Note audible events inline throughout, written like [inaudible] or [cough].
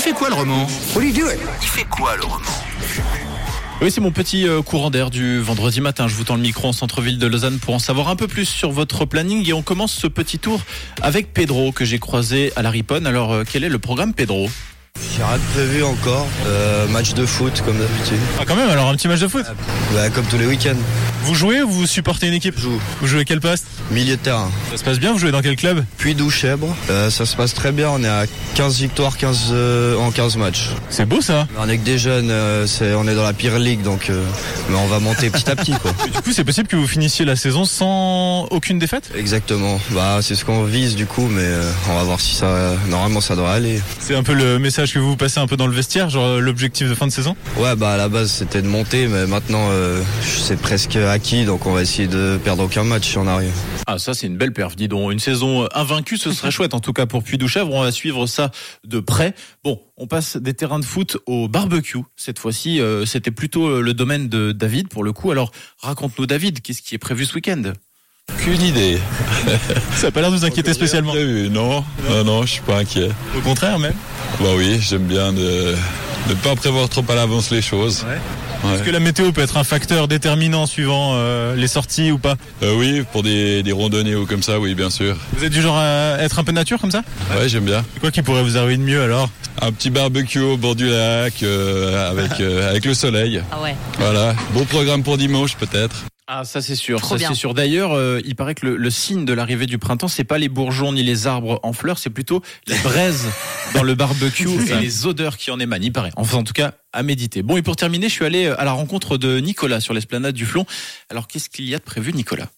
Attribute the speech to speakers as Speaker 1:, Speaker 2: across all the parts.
Speaker 1: fait quoi le roman
Speaker 2: What do you do it?
Speaker 1: Il fait quoi le roman
Speaker 3: Oui, c'est mon petit euh, courant d'air du vendredi matin. Je vous tends le micro en centre-ville de Lausanne pour en savoir un peu plus sur votre planning. Et on commence ce petit tour avec Pedro que j'ai croisé à la Riponne. Alors, euh, quel est le programme Pedro
Speaker 4: J'ai rien de prévu encore. Euh, match de foot comme d'habitude.
Speaker 3: Ah quand même, alors un petit match de foot.
Speaker 4: Bah, comme tous les week-ends.
Speaker 3: Vous jouez ou vous supportez une équipe
Speaker 4: Je joue
Speaker 3: Vous jouez quel poste
Speaker 4: milieu de terrain.
Speaker 3: Ça se passe bien, vous jouez dans quel club
Speaker 4: Puis Douchèbre. Euh, ça se passe très bien. On est à 15 victoires 15, euh, en 15 matchs.
Speaker 3: C'est beau ça
Speaker 4: Mais on est que des jeunes. euh, c'est- on est dans la pire ligue. Donc euh, mais on va monter petit à petit. quoi.
Speaker 3: Du coup, c'est possible que vous finissiez la saison sans aucune défaite
Speaker 4: Exactement. Bah, c'est ce qu'on vise du coup. Mais euh, on va voir si ça. normalement, ça devrait aller.
Speaker 3: C'est un peu le message que vous passez un peu dans le vestiaire, genre euh, l'objectif de fin de saison
Speaker 4: Ouais, bah à la base c'était de monter, mais maintenant euh, c'est presque acquis, donc on va essayer de perdre aucun match si on arrive.
Speaker 3: Ah, ça, c'est une belle perf, dis donc. Une saison euh, invaincue, ce serait chouette, en tout cas pour Puy-Douchèvre. On va suivre ça de près. Bon, on passe des terrains de foot au barbecue. Cette fois-ci, euh, c'était plutôt euh, le domaine de David, pour le coup. Alors, raconte-nous, David, qu'est-ce qui est prévu ce week-end
Speaker 5: Aucune idée.
Speaker 3: Ça n'a pas l'air de vous inquiéter spécialement.
Speaker 5: Prévu, non, non, non, je suis pas inquiet.
Speaker 3: Au contraire, même.
Speaker 5: Bah oui, j'aime bien de ne pas prévoir trop à l'avance les choses.
Speaker 3: Parce que la météo peut être un facteur déterminant suivant euh, les sorties ou pas.
Speaker 5: Euh, oui, pour des, des randonnées ou comme ça, oui, bien sûr.
Speaker 3: Vous êtes du genre à être un peu nature comme ça
Speaker 5: Ouais, j'aime bien.
Speaker 3: C'est quoi qui pourrait vous arriver de mieux alors
Speaker 5: Un petit barbecue au bord du lac
Speaker 6: [laughs]
Speaker 5: euh, avec euh, avec le soleil.
Speaker 6: Ah ouais.
Speaker 5: Voilà, bon programme pour dimanche peut-être.
Speaker 3: Ah ça c'est sûr,
Speaker 6: Trop
Speaker 3: ça
Speaker 6: bien.
Speaker 3: c'est sûr. D'ailleurs, euh, il paraît que le, le signe de l'arrivée du printemps, c'est pas les bourgeons ni les arbres en fleurs, c'est plutôt les
Speaker 6: [laughs]
Speaker 3: braises dans le barbecue
Speaker 6: C'est
Speaker 3: et
Speaker 6: ça.
Speaker 3: les odeurs qui en émanent. Il paraît. Enfin en tout cas à méditer. Bon et pour terminer, je suis allé euh, à la rencontre de Nicolas sur l'esplanade du Flon. Alors qu'est-ce qu'il y a de prévu, Nicolas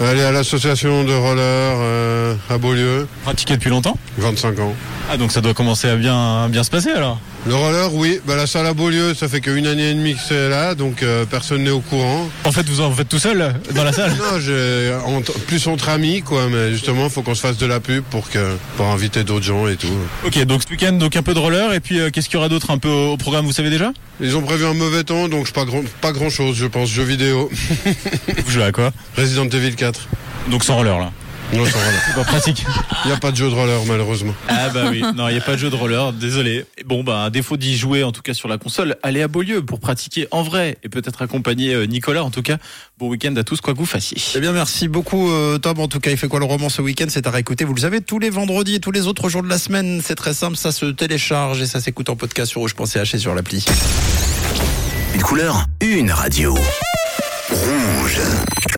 Speaker 7: Aller Euh, à l'association de roller euh, à Beaulieu,
Speaker 3: Pratiqué depuis longtemps
Speaker 7: 25 ans.
Speaker 3: Ah donc ça doit commencer à bien bien se passer alors.
Speaker 7: Le roller, oui, bah, la salle à Beaulieu, ça fait qu'une année et demie que c'est là, donc euh, personne n'est au courant.
Speaker 3: En fait vous en faites tout seul dans la
Speaker 1: Ah.
Speaker 3: salle.
Speaker 7: Non, j'ai- entre- plus entre amis, quoi, mais justement, faut qu'on se fasse de la pub pour, que, pour inviter d'autres gens et tout.
Speaker 3: ok donc ce week-end donc un peu de roller et puis euh, qu'est-ce qu'il y aura d'autre un peu au au programme vous savez déjà
Speaker 7: Ils ont prévu un mauvais temps, donc je pas grand, pas grand chose, je pense. Jeux vidéo,
Speaker 3: Vous jouez à quoi
Speaker 7: Resident Evil 4.
Speaker 3: Donc sans roller là.
Speaker 7: Non, ça va, là.
Speaker 3: Pas pratique.
Speaker 7: Il n'y a pas de jeu de roller, malheureusement.
Speaker 3: Ah bah oui, non, il n'y a pas de jeu de roller, désolé. Bon bah, à défaut d'y jouer en tout cas sur la console, allez à Beaulieu pour pratiquer en vrai et peut-être accompagner euh, Nicolas en tout cas. Bon week-end à tous, quoi que vous fassiez.
Speaker 8: Eh bien, merci beaucoup, euh, Tom. En tout cas, il fait quoi le roman ce week-end C'est à réécouter. Vous le savez, tous les vendredis et tous les autres jours de la semaine. C'est très simple. Ça se télécharge et ça s'écoute en podcast sur rouge.ch et sur l'appli.
Speaker 1: Une couleur, une radio. Rouge.